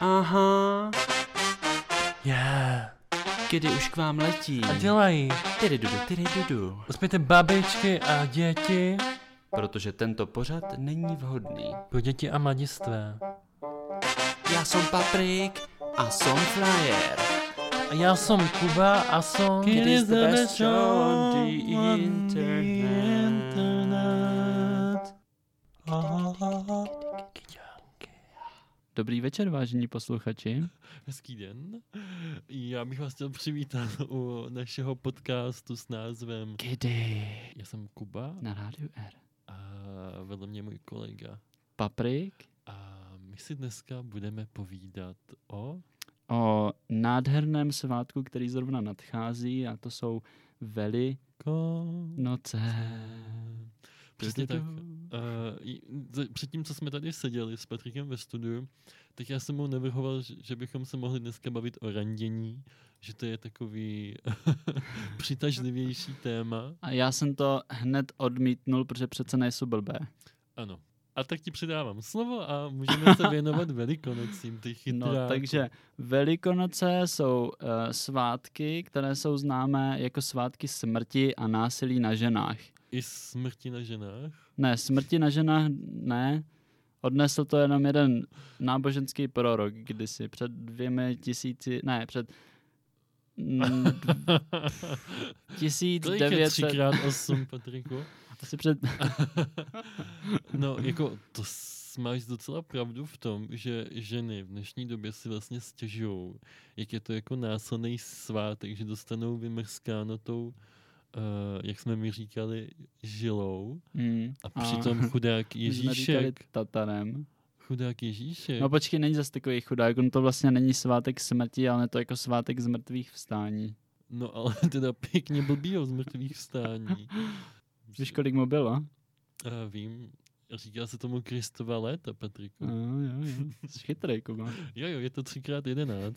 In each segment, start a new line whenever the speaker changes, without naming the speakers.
Aha,
Je. Yeah.
kdy už k vám letí.
A dělají.
Tyry dudu, tyry dudu.
Uspějte babičky a děti.
Protože tento pořad není vhodný.
Pro děti a mladistvé.
Já jsem Paprik a jsem Flyer.
A já jsem Kuba a jsem...
It is the best show on the internet. Dobrý večer, vážení posluchači.
Hezký den. Já bych vás chtěl přivítat u našeho podcastu s názvem
Kdy?
Já jsem Kuba
Na rádiu R.
a vedle mě můj kolega.
Paprik
A my si dneska budeme povídat o...
o nádherném svátku, který zrovna nadchází a to jsou
Kon...
Velikonoce.
Eh, Přesně tak.
Tudu.
Eh, i- z- Předtím, co jsme tady seděli s Patrikem ve studiu, tak já jsem mu navrhoval, že- že bychom se mohli dneska bavit o randění, že to je takový přitažlivější téma.
A já jsem to hned odmítnul, protože přece nejsou blbé.
Ano. A tak ti předávám slovo a můžeme se věnovat velikonocím, ty chytráku.
No, takže Velikonoce jsou eh, svátky, které jsou známé jako svátky smrti a násilí na ženách.
I smrti na ženách.
Ne, smrti na ženách ne. Odnesl to jenom jeden náboženský prorok kdysi před dvěmi tisíci, ne, před mm,
Kolik je
1900,
3x8, Patriku?
asi před,
No, jako to s- máš docela pravdu v tom, že ženy v dnešní době si vlastně stěžují, jak je to jako násilný svátek, že dostanou vymrskáno tou, uh, jak jsme mi říkali, žilou
mm,
a přitom chudák
my jsme říkali
Ježíšek,
tatarem.
chudák Ježíšek,
No počkej, není zase takový chudák, on to vlastně není svátek smrti, ale je to jako svátek z mrtvých vstání.
No ale teda pěkně blbýho z mrtvých vstání.
Víš, kolik mu bylo?
Já vím, říká se tomu Kristova léta, Patriku.
No, jo, jo. Jsi chytrý, Kuba.
Jo, jo, je to 3x11.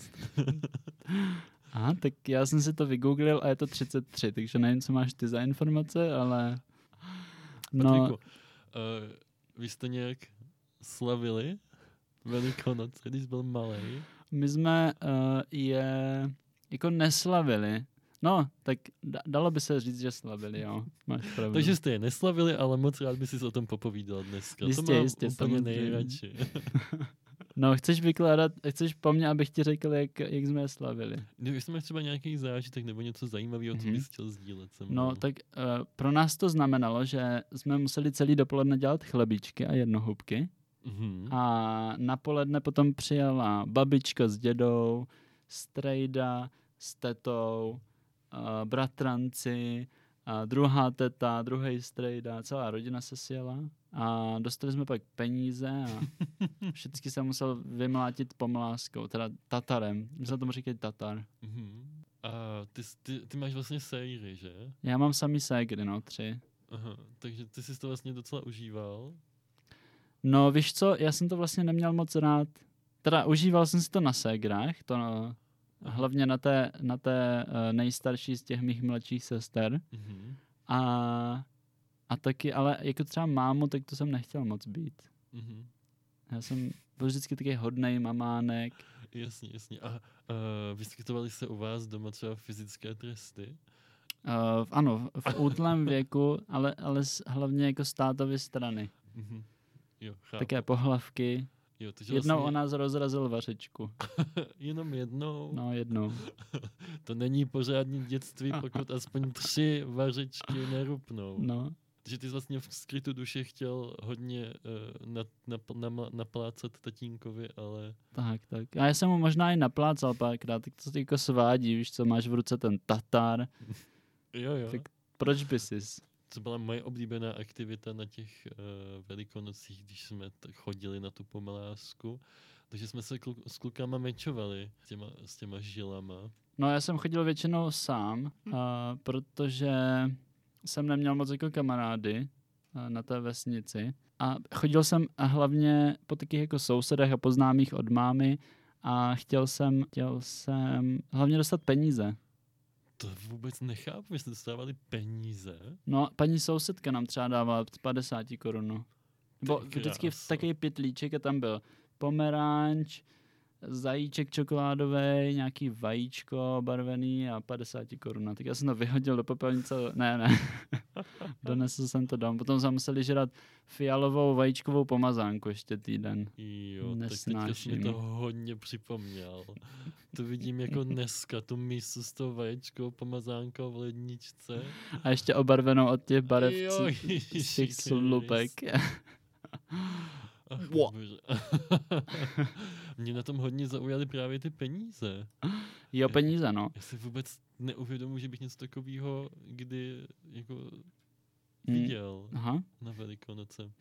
Aha, tak já jsem si to vygooglil a je to 33, takže nevím, co máš ty za informace, ale... No,
Patriku, uh, vy jste nějak slavili Velikonoce, když jsi byl malý.
my jsme uh, je jako neslavili. No, tak da- dalo by se říct, že slavili, jo. Máš pravdu.
Takže jste je neslavili, ale moc rád by si o tom popovídal dneska. to
Jistě,
mám
jistě,
úplně
samozřejmě.
nejradši.
No, chceš vykládat, chceš po mně, abych ti řekl, jak, jak jsme je slavili.
Kdyby jsi měl třeba nějaký zážitek nebo něco zajímavého, co
Mhm.
bys chtěl sdílet se mnou.
No, tak uh, pro nás to znamenalo, že jsme museli celý dopoledne dělat chlebíčky a jednohubky.
Mhm.
A napoledne potom přijela babička s dědou, strejda s tetou, a bratranci, a druhá teta, druhý strejda, celá rodina se sjela. A dostali jsme pak peníze a vždycky jsem musel vymlátit pomláskou, teda tatarem. My jsme tomu říkali tatar.
Mhm. A ty, s- ty, ty máš vlastně sejry, že?
Já mám samý ségry, no, tři.
Aha, takže ty jsi to vlastně docela užíval.
No víš co, já jsem to vlastně neměl moc rád. Teda užíval jsem si to na ségrách, to no, hlavně na té, na té eh, nejstarší z těch mých mladších sester.
Mhm.
A, a taky, ale jako třeba mámu, tak to jsem nechtěl moc být.
Mhm.
Já jsem byl vždycky taky hodnej mamánek.
Jasně, jasně. A uh, vyskytovaly se u vás doma třeba fyzické tresty?
Uh, ano, v v útlém věku, ale, ale s, hlavně jako z tátovy strany.
Mhm. Jo, chápu.
Také pohlavky.
jo, takže
Jednou on
vlastně
nás rozrazil vařečku.
Jenom jednou. No.
No, jednou.
To není pořádní dětství, pokud aspoň tři vařečky nerupnou. No.
No,
Takže ty jsi vlastně v skrytu duše chtěl hodně uh, na, na, na, naplácat tatínkovi, ale...
Tak, tak. A já jsem mu možná i naplácal párkrát, tak to tě jako svádí, víš co, máš v ruce ten tatar,
Jo, jo.
Tak- proč by sis?
To byla moje oblíbená aktivita na těch uh, velikonocích, když jsme t- chodili na tu pomalásku. Takže jsme se klu- s klukama mečovali s těma, s těma žilama.
No já jsem chodil většinou sám, a, protože jsem neměl moc jako kamarády a, na té vesnici a chodil jsem a hlavně po takových jako sousedech a poznámých od mámy a chtěl jsem, chtěl jsem hlavně dostat peníze.
To vůbec nechápu, my jsme dostávali peníze.
No a paní sousedka nám třeba dávala 50 korun. no. Nebo
Ty
vždycky
kráso.
v takový pytlíček a tam byl pomeranč, zajíček čokoládový, nějaký vajíčko barvený a 50 korun. Tak já jsem to vyhodil do popelnice, ne, ne, donesl jsem to domů. Potom jsme museli žrat fialovou vajíčkovou pomazánku ještě týden.
Jo, tak teďka jsi mi
Nesnáším.
to hodně připomněl. To vidím jako dneska, tu mísu s tou vajíčkou pomazánka v ledničce.
A ještě obarvenou od těch barev
Jo,
c- z těch
Ježíši
slupek.
Ach,
Wo.
bože. Mě na tom hodně zaujaly právě ty peníze.
Jo, peníze, no.
Já si vůbec neuvědomuji, že bych něco takového kdy jako
Mm.
viděl
Aha.
na Velikonoce.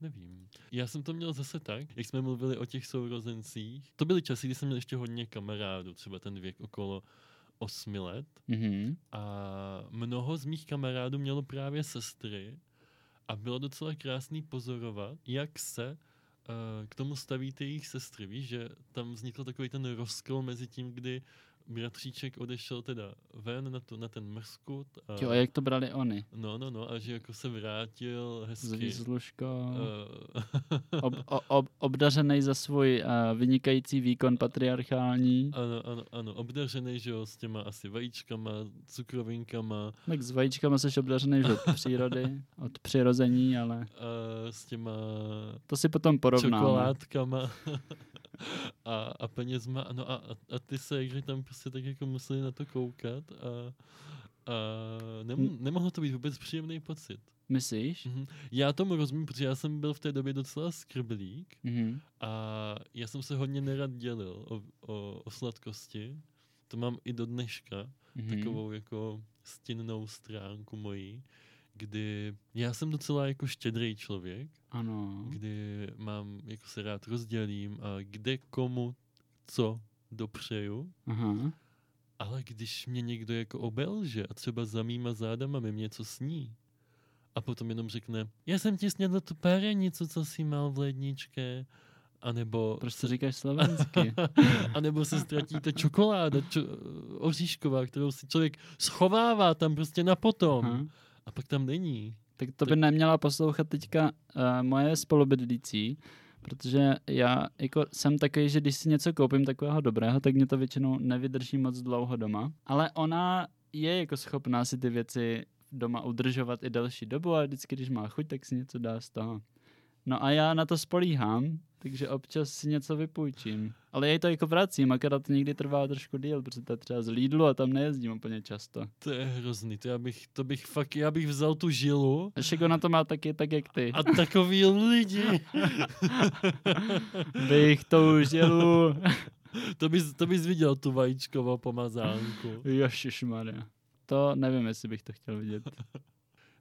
Nevím. Já jsem to měl zase tak, jak jsme mluvili o těch sourozencích. To byly časy, kdy jsem měl ještě hodně kamarádů, třeba ten věk okolo osmi let.
Mhm.
A mnoho z mých kamarádů mělo právě sestry a bylo docela krásný pozorovat, jak se eh, k tomu staví ty jejich sestry. Víš, že tam vznikl takový ten rozkol mezi tím, kdy bratříček odešel teda ven na, tu, na ten mrskut. A,
Jo, a jak to brali oni?
No, no, no, a že jako se vrátil
S
hezky.
výzlužkou.
eh,
Ob, o- ob, obdařený za svůj uh, vynikající výkon patriarchální.
ano, ano, ano, obdařený, že jo, s těma asi vajíčkama, cukrovinkama,
Tak s vajíčkama seš obdařený už od přírody, od přirození, ale
eh, s těma
to si potom porovnáme.
čokoládkama a, a penězma. No a, a- a ty se tam prostě tak jako museli na to koukat a, a nem, nemohlo to být vůbec příjemný pocit.
Myslíš?
Mhm. Já tomu rozumím, protože já jsem byl v té době docela skrblík
Mhm.
a já jsem se hodně nerad dělil o, o, o sladkosti. To mám i do dneška,
Mhm.
takovou jako stinnou stránku mojí, kdy já jsem docela jako štědrý člověk
Ano.
kdy mám, jako se rád rozdělím a kde komu co dopřeju,
Aha.
ale když mě někdo jako obelže a třeba za mýma zádama mi něco sní a potom jenom řekne, já jsem ti snědl tu párenicu, co jsi mal v ledničce, anebo
Proč to říkáš slovensky?
a nebo se ztratí ta čokoláda čo, oříšková, kterou si člověk schovává tam prostě na potom.
Aha.
A pak tam není.
Tak to by neměla poslouchat teďka eh, moje spolubydlící, protože já jako jsem takový, že když si něco koupím takového dobrého, tak mě to většinou nevydrží moc dlouho doma. Ale ona je jako schopná si ty věci doma udržovat i delší dobu a vždycky, když má chuť, tak si něco dá z toho. No a já na to spolíhám, takže občas si něco vypůjčím. Ale jej to jako vracím, akorát to někdy trvá trošku díl, protože to je třeba z Lidlu a tam nejezdím úplně často.
To je hrozný. To já bych, to bych fakt, já bych vzal tu žilu
A Šiko jako na to má taky tak, jak ty.
A takový lidi,
Bych to užil.
to bys, to bys viděl tu vajíčkovou pomazánku.
Jošišmarja. To nevím, jestli bych to chtěl vidět.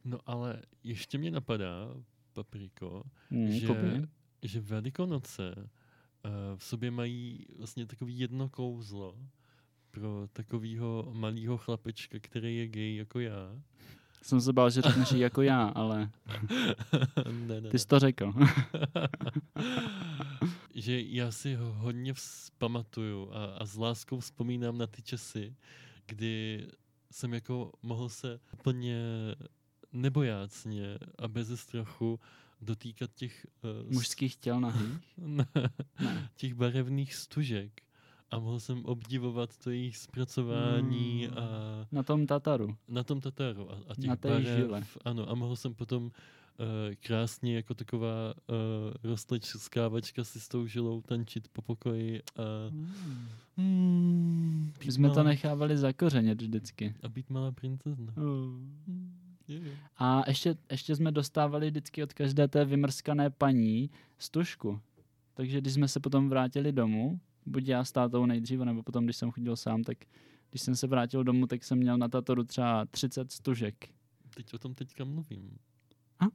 No ale ještě mě napadá, Papriko,
Hmm,
Že-
koupím.
že Velikonoce eh, v sobě mají vlastně takový jedno kouzlo pro takového malého chlapečka, který je gay jako já.
Jsem se bál, že řekneš jí jako já, ale
ne, ne,
ty jsi to řekl.
že já si ho hodně vzpamatuju a, a s láskou vzpomínám na ty časy, kdy jsem jako mohl se úplně nebojácně a bez strachu dotýkat těch, eh,
Mužských těl nahý.
ne,
Ne.
těch barevných stužek a mohl jsem obdivovat to jejich zpracování
Mm.
a
Na tom Tataru.
na tom Tataru a, a těch
Na té
barev,
žile.
ano, a mohl jsem potom eh, krásně jako taková uh, rostlečskávačka si s tou žilou tančit po pokoji a, mm,
Hmm, My jsme to nechávali zakořenit vždycky.
a být malá princezna. Jo, jo.
A ještě, ještě jsme dostávali vždycky od každé té vymrskané paní stužku. Takže když jsme se potom vrátili domů, buď já s tátou nejdříve, nebo potom, když jsem chodil sám, tak když jsem se vrátil domů, tak jsem měl na tatoru třeba 30 stužek.
Teď o tom teďka mluvím.
A?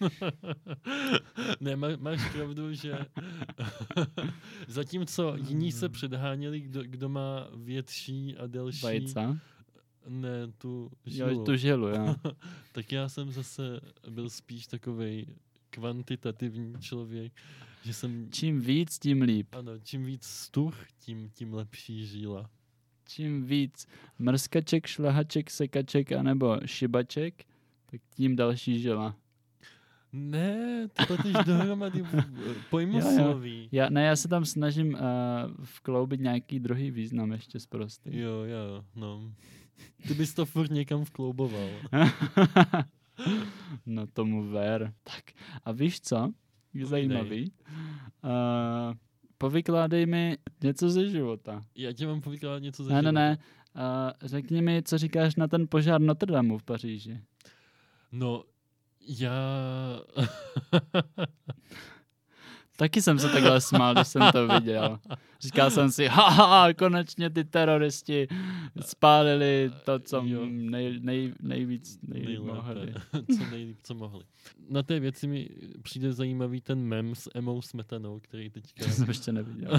ne, má, máš pravdu, že zatímco jiní
Hmm.
se předháněli, kdo, kdo má větší a delší,
Vajca.
ne, tu žilu,
Jo, tu žilu, jo.
tak já jsem zase byl spíš takovej kvantitativní člověk, že jsem,
Čím víc, tím líp.
ano, čím víc stuch, tím, tím lepší žíla.
Čím víc mrskaček, šlehaček, sekaček anebo šibaček, tak tím další žila.
Ne, to totiž dohromady v- v- pojmosloví.
Já, ne, já se tam snažím uh, vkloubit nějaký druhý význam ještě z prostý.
Jo, jo, no. Ty bys to furt někam vklouboval.
no tomu ver. Tak a víš co? Je zajímavý. Uh, povykládej mi něco ze života.
Já tě mám povykládat něco
Ne,
za
ne,
život.
ne. Uh, řekni mi, co říkáš na ten požár Notre Dame v Paříži.
No, já...
Taky jsem se takhle smál, když jsem to viděl. Říkal jsem si, haha, konečně ty teroristi spálili to, co
Jo.
nej, nej, nejvíc, nejvíc
Nejlépe.
mohli.
co nejlíp, co mohli. Na té věci mi přijde zajímavý ten mem s Emou Smetanou, který teďka...
To jsem ještě neviděl.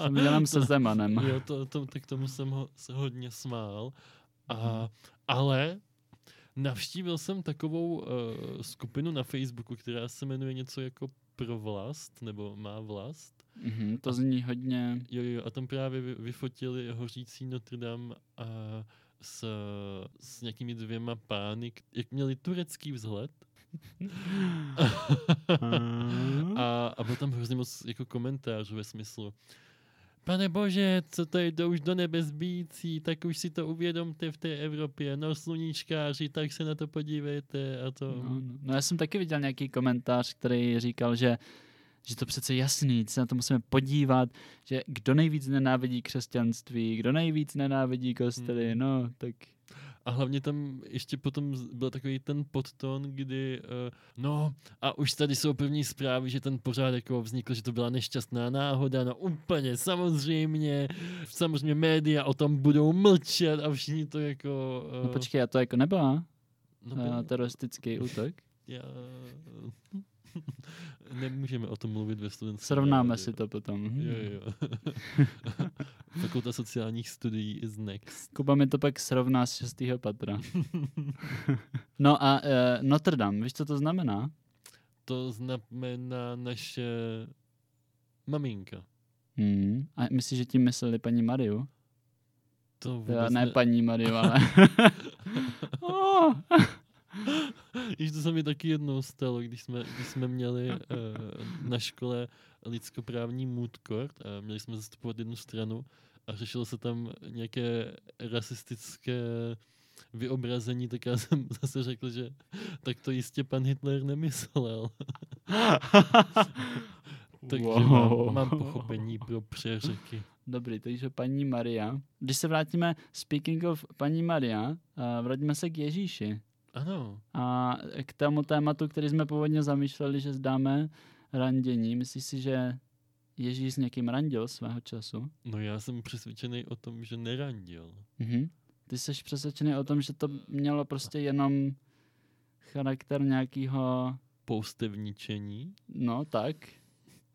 Jsem viděl jenom se Zemanem.
Jo, to, to, tak tomu jsem ho, se hodně smál. A, ale navštívil jsem takovou uh, skupinu na Facebooku, která se jmenuje něco jako pro vlast, nebo má vlast.
Mhm, to zní hodně...
Jo, jo, jo, a tam právě vy, vyfotili hořící Notre Dame a s, s nějakými dvěma pány, k- jak měli turecký vzhled.
Mhm. No,
A, a byl tam hrozně moc jako komentář ve smyslu Pane bože, co to jde už do nebe zbící, tak už si to uvědomte v té Evropě, no sluníčkáři, tak se na to podívejte a to...
No, no. no já jsem taky viděl nějaký komentář, který říkal, že že to přece je jasný, že se na to musíme podívat, že kdo nejvíc nenávidí křesťanství, kdo nejvíc nenávidí kostely,
Mhm.
no, tak
A hlavně tam ještě potom z- byl takový ten podton, kdy, eh, no a už tady jsou první zprávy, že ten pořád jako vznikl, že to byla nešťastná náhoda, no úplně, samozřejmě, samozřejmě média o tom budou mlčet a všichni to jako... eh,
no počkej, a to jako nebyla
no,
eh,
bylo-
teroristický útok?
Já... eh, Nemůžeme o tom mluvit ve studentské
Srovnáme
rádě.
si to potom.
Jo, jo. Fakulta sociálních studií is next.
Kuba mi to pak srovná z šestého patra. no a eh, Notre Dame, víš, co to znamená?
To znamená naše maminka.
Hmm. A myslíš, že tím mysleli paní Mariu?
To
Teda
vůbec
ne paní Mariu, ale... oh,
Již to se mi taky jednou stalo, když jsme, když jsme měli eh, na škole lidskoprávní mood court a měli jsme zastupovat jednu stranu a řešilo se tam nějaké rasistické vyobrazení, tak já jsem zase řekl, že tak to jistě pan Hitler nemyslel. Takže
Wow.
mám, mám pochopení pro přeřeky.
Dobrý, takže paní Maria. Když se vrátíme, speaking of paní Maria, eh, vrátíme se k Ježíši.
Ano,
A k tomu tématu, který jsme původně zamýšleli, že zdáme randění. Myslíš si, že Ježíš s někým randil svého času?
no já jsem přesvědčený o tom, že nerandil.
Mhm. Ty jsi přesvědčený o tom, že to mělo prostě jenom charakter nějakého,
Poustevničení,
no tak,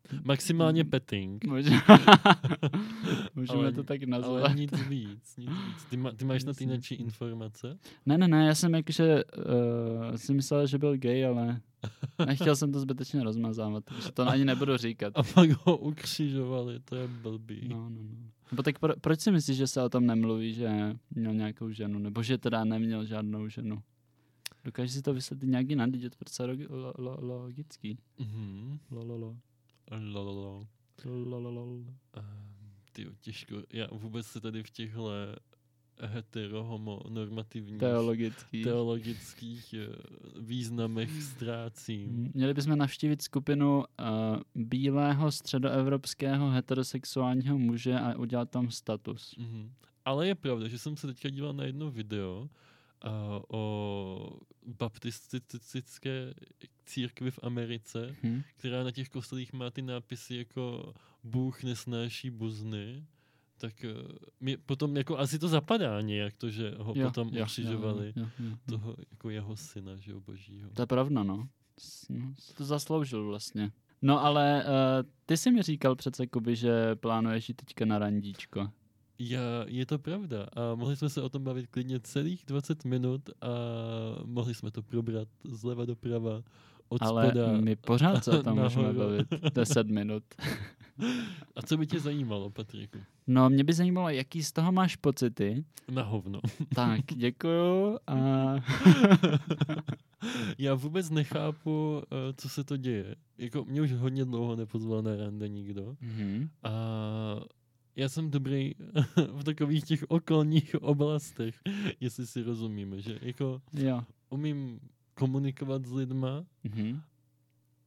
maximálně petting.
Můžeme, můžeme
Ale-
to tak
Ale
nazvat.
nic víc, nic víc. Ty, ma, ty máš na ty
Nic víc.
jináčí informace?
Ne, ne, ne, já jsem jakože uh, si myslel, že byl gay, ale nechtěl jsem to zbytečně rozmazávat, takže to ani nebudu říkat.
A pak ho ukřižovali, to je blbý. No.
No, no, no. Nebo tak pro, proč si myslíš, že se o tom nemluví, že měl nějakou ženu, nebo že teda neměl žádnou ženu? Dokážeš si to vysvětlit nějaký nadídět, proč se lo, lo, lo, logický.
Mhm.
Lo, lo, lo,
Lololo. Ehm,
lo, lo, lo, lo.
Ty těžko, já vůbec se tady v těchto heterohomonormativních
Teologický.
teologických eh, významech ztrácím.
Mm, Měli bychom navštívit skupinu uh, bílého středoevropského heterosexuálního muže a udělat tam status.
Mhm. Ale je pravda, že jsem se teďka díval na jedno video a, o baptistické církvi v Americe,
Hm?
která na těch kostelích má ty nápisy jako Bůh nesnáší buzny, tak eh, mi potom jako asi to zapadá nějak to, že ho jo, Mhm. potom ukřižovali
Jo, jo, jo.
toho jako jeho syna, že jo, božího.
To je pravda, no. S- no, si To zasloužil vlastně. No ale uh, ty jsi mi říkal přece, Kuby, že plánuješ jít teďka na randíčko.
Já, je to pravda a mohli jsme se o tom bavit klidně celých 20 minut a mohli jsme to probrat zleva doprava, od
Ale
spoda.
my pořád se o tom můžeme
nahoru.
bavit 10 minut.
A co by tě zajímalo, Patriku?
No, mě by zajímalo, jaký z toho máš pocity.
Na hovno.
Tak, děkuju. A...
Mhm. Já vůbec nechápu, eh, co se to děje. Jako, mě už hodně dlouho nepozval na rande nikdo.
Mhm.
A já jsem dobrý v takových těch okolních oblastech, jestli si rozumíme, že jako
Jo.
umím komunikovat s lidma
Mhm.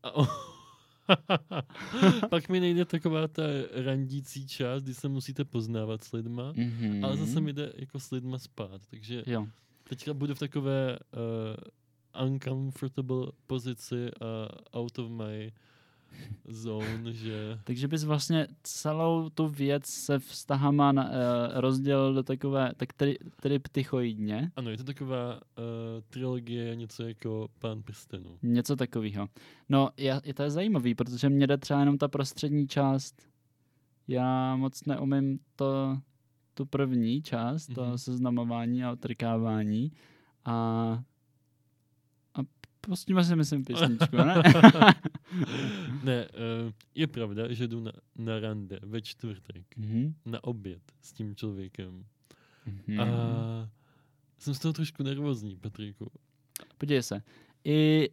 a o... pak mi nejde taková ta randící část, kdy se musíte poznávat s lidma,
Mhm.
ale zase mi jde jako s lidma spát, takže
Jo.
teďka budu v takové uh, uncomfortable pozici a out of my zone, že
Takže bys vlastně celou tu věc se vztahama na, eh, rozdělil do takové, tak tri, triptychoidně,
ano, je to taková uh, trilogie, něco jako Pán prstenů.
něco takového. No, já, je to je zajímavý, protože mě jde třeba jenom ta prostřední část. Já moc neumím to, tu první část, to
Mhm.
seznamování a otrkávání. A, a pustíme si, myslím, písničku, ne?
ne, uh, je pravda, že jdu na, na rande ve čtvrtek,
Mhm,
na oběd s tím člověkem.
mhm.
A jsem z toho trošku nervózní, Patriku.
Podívej se, i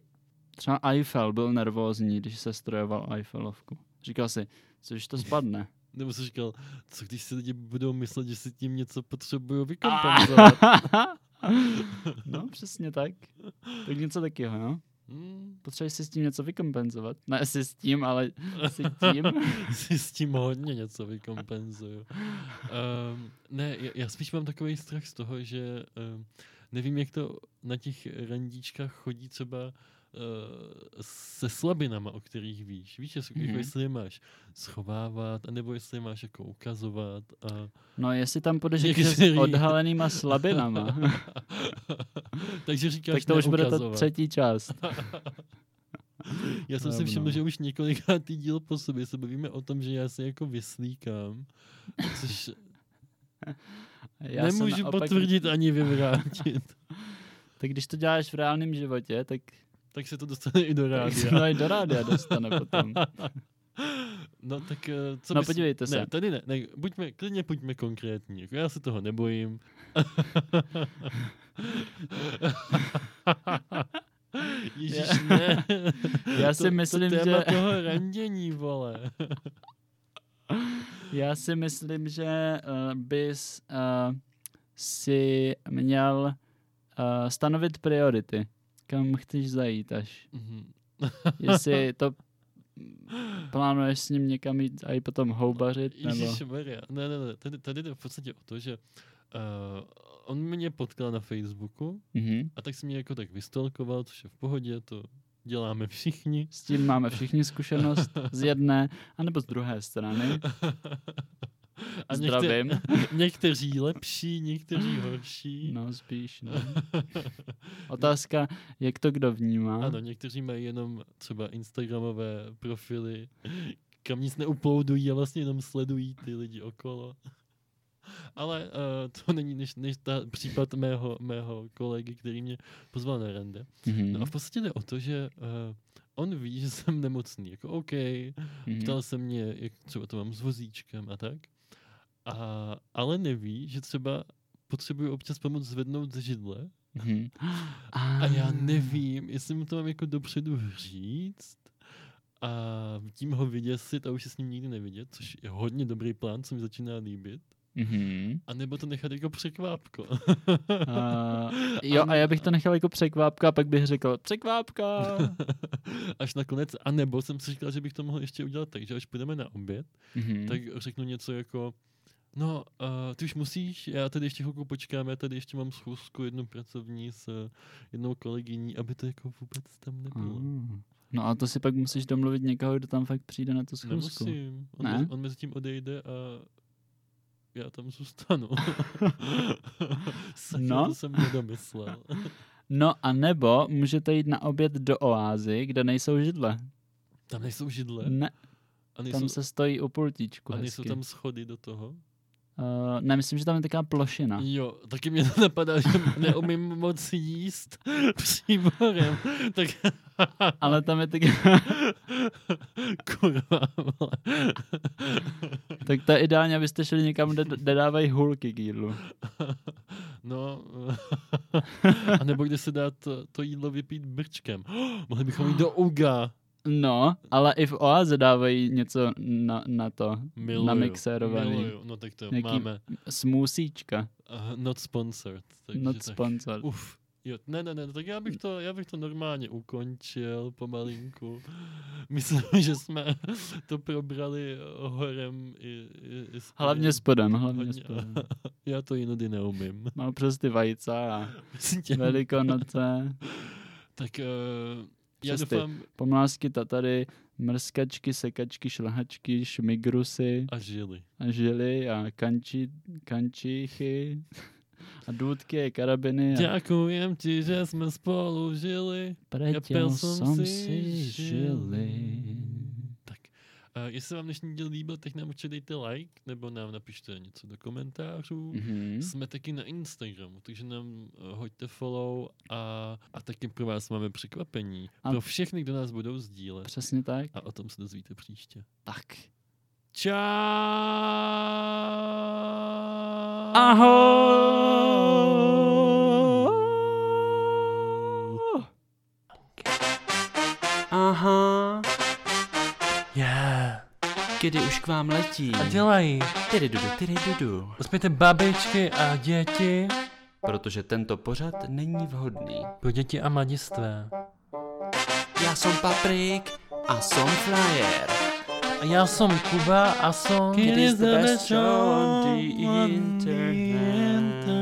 třeba Eiffel byl nervózní, když se strojoval Eiffelovku. Říkal si, což to spadne.
Nebo jsem říkal, co když si lidi budou myslet, že si tím něco
Ah.
potřebuju vykompenzovat.
no, přesně tak. Tak něco takového, no.
Hmm,
Potřebuješ si s tím něco vykompenzovat. Ne si s tím, ale si tím.
si s tím hodně něco vykompenzuju. Um, ne, já, já spíš mám takový strach z toho, že um, nevím, jak to na těch randíčkách chodí třeba uh, se slabinama, o kterých víš. Víš, jestli,
Mhm.
jako jestli je máš schovávat, anebo jestli je máš jako ukazovat. A...
No, jestli tam půjdeš jako
Některý.
s odhalenýma slabinama,
Takže říkáš
tak to už bude ta
neukazovat.
třetí část.
Já jsem si
Rovnou.
všiml, že už několikátý díl po sobě se bavíme o tom, že já se jako vyslíkám, což já
Já jsem
nemůžu
naopak-
potvrdit ani vyvrátit.
Tak když to děláš v reálném životě, tak,
tak se to dostane i do
tak se
rádia.
to i do rádia dostane potom.
No tak eh, co
No,
bys-
podívejte
ne,
se.
tady ne, ne, buďme, klidně buďme konkrétní, jako já se toho nebojím. Ježíš, ne.
Já si
to,
myslím,
to
že-
téma toho randění, vole.
Já si myslím, že uh, bys uh, si měl uh, stanovit priority, kam chceš zajít až.
Mhm.
Jestli to plánuješ s ním někam jít a i potom houbařit, nebo...
Ježišmarja, ne, ne, ne, tady, tady jde v podstatě o to, že uh, on mě potkal na Facebooku
Mhm.
a tak si mě jako tak vystolkoval, což je v pohodě, to děláme všichni.
S tím máme všichni zkušenost z jedné, anebo z druhé strany.
A někte,
Zdravím.
někteří lepší, někteří horší.
No, spíš, no. Otázka, jak to kdo vnímá.
Ano, někteří mají jenom třeba instagramové profily, kam nic neuploudují a vlastně jenom sledují ty lidi okolo. Ale uh, to není než, než ta případ mého, mého kolegy, který mě pozval na rande.
Mhm.
No a v podstatě jde o to, že uh, on ví, že jsem nemocný. Jako OK,
Mhm.
ptal se mě, jak třeba to mám s vozíčkem a tak. A, ale neví, že třeba potřebuju občas pomoc zvednout ze židle
Mhm.
a já
Ah.
nevím, jestli mu to mám jako dopředu říct a tím ho vyděsit a už se s ním nikdy nevidět, což je hodně dobrý plán, co mi začíná líbit.
Mhm.
A nebo to nechat jako překvápko.
A- Jo, a já bych to nechal jako překvápka a pak bych řekl překvápka.
Až nakonec, a nebo jsem si říkal, že bych to mohl ještě udělat tak, že až půjdeme na oběd,
Mhm.
tak řeknu něco jako, no, uh, ty už musíš, já tady ještě chvilku počkám, já tady ještě mám schůzku jednu pracovní s eh, jednou kolegyní, aby to jako vůbec tam nebylo.
Ah. No a to si pak musíš domluvit někoho, kdo tam fakt přijde na tu schůzku.
Nemusím. On,
Ne?
ne? on mezi tím odejde a já tam zůstanu. Sakra,
No.
to jsem nedomyslel.
No a nebo můžete jít na oběd do oázy, kde nejsou židle.
Tam nejsou židle.
Ne,
A nejsou,
tam se stojí u pultíčku
a
Hmm, hezky.
nejsou tam schody do toho.
Uh, ne, myslím, že tam je taková plošina.
Jo, taky mě to napadá, že neumím moc jíst příborem, tak
Ale tam je tak,
kurva, vole.
tak to je ideálně, abyste šli někam, kde, kde dávají hulky k jídlu.
No, a nebo kde se dá to, to jídlo vypít brčkem. Mohli bychom jít do Uga.
No, ale i v Oaze dávají něco na, na to.
Miluju,
Namixérovaný.
miluju. No tak to
Nějaký-
máme.
Smusíčka,
Uh, not sponsored. Takže
not
tak.
sponsor.
Uf, jo, ne, ne, ne, tak já bych to, já bych to normálně ukončil pomalinku. Myslím, že jsme to probrali horem i, i, i spodem.
Hlavně spodem, hlavně
Hodně. no.
spodem.
Já to jinudy neumím.
Mám přes ty vajca a
Myslím tě.
velikonoce,
Tak uh, já
Přes ty.
doufám,
pomlásky tatary, mrskačky, sekačky, šlahačky, šmigrusy
a žili.
a žily a kanči, kančíchy a důdky, karabiny a
Děkujem ti, že jsme spolu žili.
pretěl jsem si žily.
Tak, uh, jestli vám dnešní díl líbil, tak nám určitě dejte like, nebo nám napište něco do komentářů.
Mhm.
Jsme taky na Instagramu, takže nám eh, hoďte follow a, a taky pro vás máme překvapení.
A-
Pro všechny, kdo nás budou sdílet.
Přesně tak.
A o tom se dozvíte příště.
Tak.
Čau!
Ah! Ahoj!
Aha,
Yeah.
kdy už k vám letí.
啊
A dělají.
Tyry dudu, tyry dudu.
Uspějte babičky a děti.
Protože tento pořad není vhodný.
Pro děti a mladistvé.
Já jsem Paprik a jsem Flyer.
A já jsem Kuba a jsem...
It is the best show on the internet.